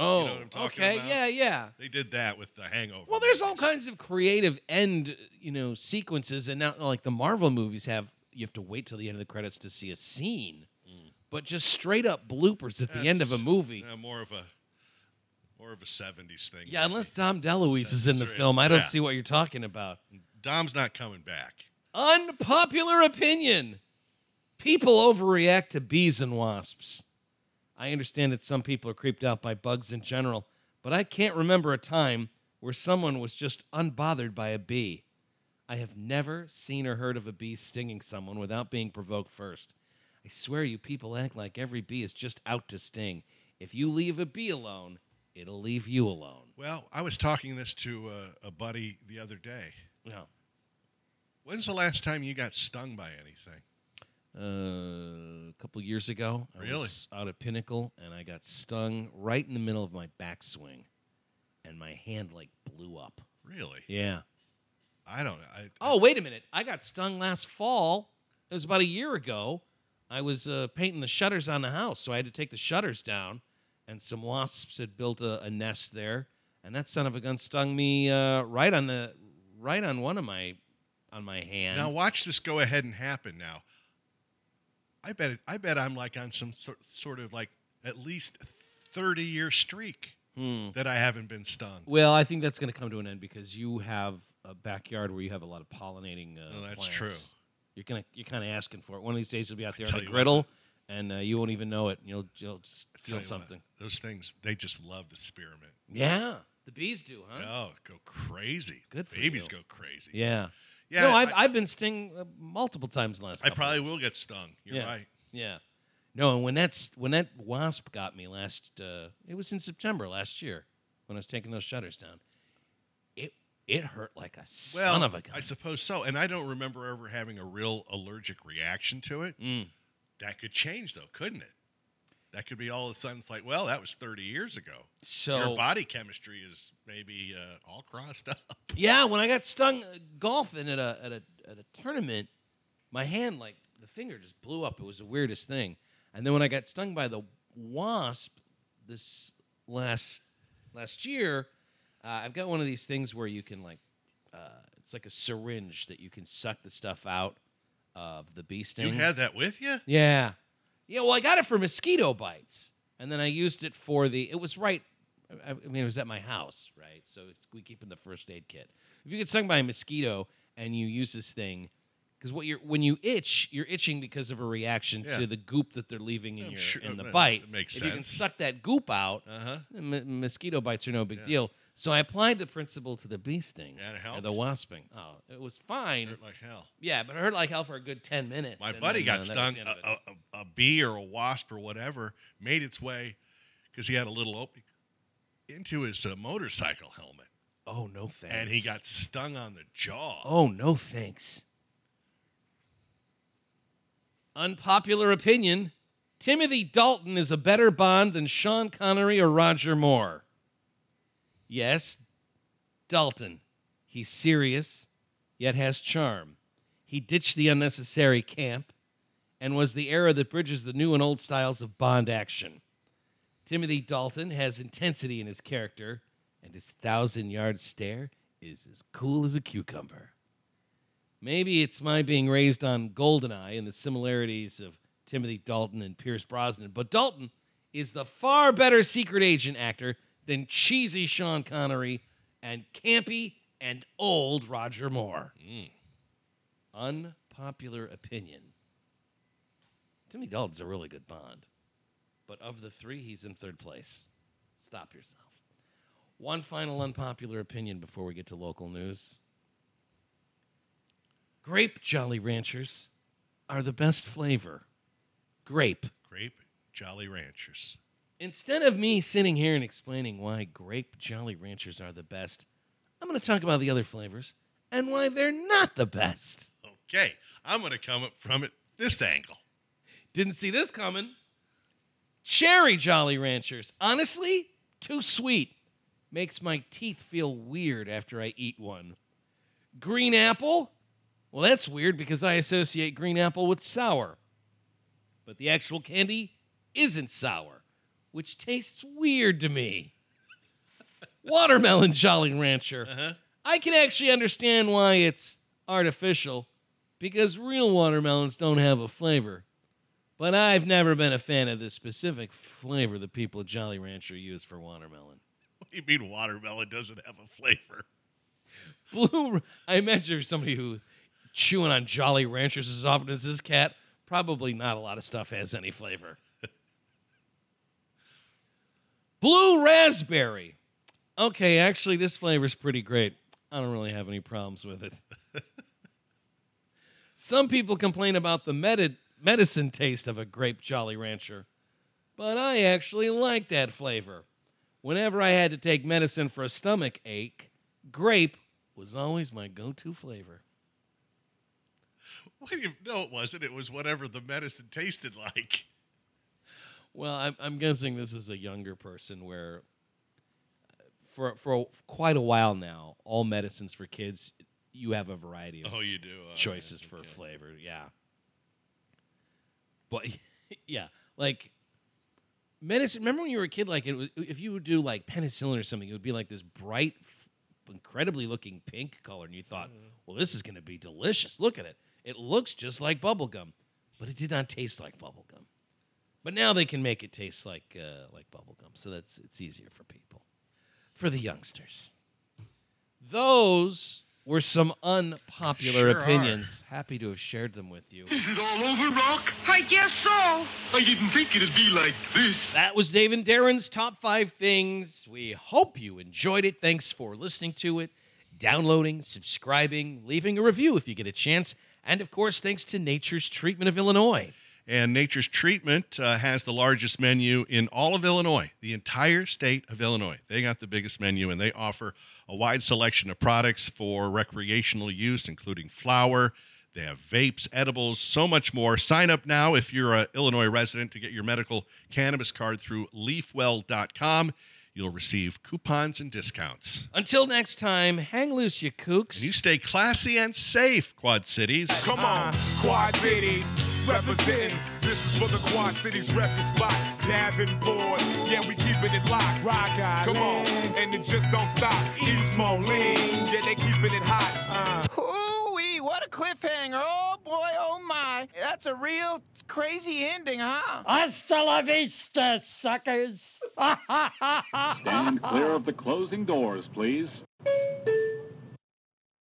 A: Oh,
B: what I'm talking
A: okay,
B: about?
A: yeah, yeah.
B: They did that with the Hangover.
A: Well, there's all
B: movies.
A: kinds of creative end, you know, sequences, and now like the Marvel movies have you have to wait till the end of the credits to see a scene, but just straight up bloopers at the end of a
B: That's,
A: movie.
B: uh, more of a more of a '70s thing.
A: Yeah, unless Dom DeLuise is in the
B: Sorry.
A: film, I don't
B: Yeah.
A: see what you're talking about.
B: Dom's not coming back.
A: Unpopular opinion. People overreact to bees and wasps. I understand that some people are creeped out by bugs in general, but I can't remember a time where someone was just unbothered by a bee. I have never seen or heard of a bee stinging someone without being provoked first. I swear you people act like every bee is just out to sting. If you leave a bee alone, it'll leave you alone.
B: Well, I was talking this to uh, a buddy the other day.
A: No.
B: When's the last time you got stung by anything?
A: uh, a couple years ago. I
B: Really?
A: was out at Pinnacle and I got stung right in the middle of my backswing, and my hand like blew up.
B: Really?
A: Yeah.
B: I don't know. I,
A: Oh wait a minute! I got stung last fall. It was about a year ago. I was uh, painting the shutters on the house, so I had to take the shutters down, and some wasps had built a, a nest there, and that son of a gun stung me uh, right on the right on one of my on my hand.
B: Now watch this go ahead and happen. Now, I bet it, I bet I'm like on some sor- sort of like at least thirty year streak
A: Hmm.
B: that I haven't been stung.
A: Well, I think that's going to come to an end because you have a backyard where you have a lot of pollinating. Uh,
B: No, Oh, that's
A: plants.
B: true.
A: You're gonna you're kind of asking for it. One of these days you'll be out there
B: tell
A: on a
B: you
A: griddle, and uh, you won't even know it. and You'll you'll just
B: Tell you
A: feel
B: what,
A: something.
B: those things they just love the spearmint.
A: Yeah, the bees do, huh?
B: Oh, go crazy!
A: Good for
B: babies
A: you.
B: go crazy.
A: Yeah.
B: Yeah,
A: no,
B: I-
A: I've, I, have been sting uh, multiple times in the last.
B: I
A: couple
B: probably
A: of
B: will get stung. You're
A: Yeah.
B: right.
A: years. Yeah. No, and when that's when that wasp got me last, uh, it was in September last year when I was taking those shutters down. It it hurt like a
B: Well,
A: son of a gun.
B: I suppose so. And I don't remember ever having a real allergic reaction to it.
A: Mm.
B: That could change though, couldn't it? That could be all of a sudden it's like, well, that was thirty years ago.
A: so
B: Your body chemistry is maybe uh, all crossed up.
A: Yeah, when I got stung uh, golfing at a at a at a tournament, my hand like the finger just blew up. It was the weirdest thing. And then when I got stung by the wasp this last last year, uh, I've got one of these things where you can like uh, it's like a syringe that you can suck the stuff out of the bee sting.
B: You had that with you?
A: Yeah. Yeah, well, I got it for mosquito bites. And then I used it for the, it was right, I, I mean, it was at my house, right? So it's, we keep in the first aid kit. If you get stung by a mosquito and you use this thing, because what you're when you itch, you're itching because of a reaction
B: Yeah.
A: to the goop that they're leaving in
B: I'm
A: your
B: sure-
A: in the
B: that
A: bite.
B: makes
A: if you can
B: sense.
A: suck that goop out,
B: Uh-huh.
A: m- mosquito bites are no big deal. So I applied the principle to the bee sting,
B: And it
A: or the
B: helped?
A: wasping. Oh, it was fine.
B: Hurt like hell.
A: yeah, but it hurt like hell for a good ten minutes.
B: My
A: and
B: buddy
A: then, uh,
B: got
A: that was
B: stung.
A: the end of it.
B: A, a, a bee or a wasp or whatever made its way because he had a little opening into his uh, motorcycle helmet,
A: Oh no thanks.
B: and he got stung on the jaw.
A: Oh no thanks. Unpopular opinion. Timothy Dalton is a better Bond than Sean Connery or Roger Moore. Yes, Dalton. He's serious, yet has charm. He ditched the unnecessary camp and was the era that bridges the new and old styles of Bond action. Timothy Dalton has intensity in his character, and his thousand yard stare is as cool as a cucumber. Maybe it's my being raised on Goldeneye and the similarities of Timothy Dalton and Pierce Brosnan, but Dalton is the far better secret agent actor than cheesy Sean Connery and campy and old Roger Moore. Unpopular opinion. Timothy Dalton's a really good Bond, but of the three, he's in third place. Stop yourself. One final unpopular opinion before we get to local news. Grape Jolly Ranchers are the best flavor. Grape.
B: Grape Jolly Ranchers.
A: Instead of me sitting here and explaining why grape Jolly Ranchers are the best, I'm going to talk about the other flavors and why they're not the best.
B: Okay, I'm going to come up from it this angle.
A: Didn't see this coming. Cherry Jolly Ranchers. Honestly, too sweet. Makes my teeth feel weird after I eat one. Green apple? Well, that's weird because I associate green apple with sour. But the actual candy isn't sour, which tastes weird to me. Watermelon Jolly Rancher. I can actually understand why it's artificial because real watermelons don't have a flavor. But I've never been a fan of the specific flavor the people at Jolly Rancher use for watermelon.
B: What do you mean watermelon doesn't have a flavor?
A: Blue, I imagine if somebody who's chewing on Jolly Ranchers as often as this cat, probably not a lot of stuff has any flavor. Blue raspberry. Okay, actually, this flavor's pretty great. I don't really have any problems with it. Some people complain about the medi- medicine taste of a grape Jolly Rancher, but I actually like that flavor. Whenever I had to take medicine for a stomach ache, grape was always my go to flavor.
B: What do you, no, it wasn't. It was whatever the medicine tasted like.
A: Well, I'm, I'm guessing this is a younger person where, uh, for for quite a while now, all medicines for kids, you have a variety of
B: Oh, you do. Uh,
A: choices for flavor. Yeah, but yeah, like medicine. Remember when you were a kid? Like it was, if you would do like penicillin or something, it would be like this bright, f- incredibly looking pink color, and you thought,
B: Mm-hmm.
A: "Well, this is going to be delicious. Look at it. It looks just like bubblegum, but it did not taste like bubblegum." But now they can make it taste like uh, like bubblegum, so that's it's easier for people, for the youngsters. Those were some unpopular
B: Sure are.
A: opinions. Happy to have shared them with you.
J: Is it all over, Rock?
I: I guess so.
J: I didn't think it'd be like this.
A: That was Dave and Darren's top five things. We hope you enjoyed it. Thanks for listening to it, downloading, subscribing, leaving a review if you get a chance. And of course, thanks to Nature's Treatment of Illinois.
B: And Nature's Treatment uh, has the largest menu in all of Illinois, the entire state of Illinois. They got the biggest menu and they offer a wide selection of products for recreational use, including flour. They have vapes, edibles, so much more. Sign up now if you're an Illinois resident to get your medical cannabis card through leafwell.com. You'll receive coupons and discounts.
A: Until next time, hang loose, you kooks.
B: And you stay classy and safe, Quad Cities.
J: Come
C: Uh-huh.
J: on, Quad Cities, represent. This is for the Quad Cities record spot. Davenport, yeah, we keeping it locked. Rock Island, come on, and it just don't stop. East Moline, yeah, they keeping it hot. Uh.
M: Ooh-wee, what a cliffhanger. Oh, boy, oh, my. That's a real crazy ending, huh?
I: Hasta la vista, suckers.
N: Stand clear of the closing doors, please.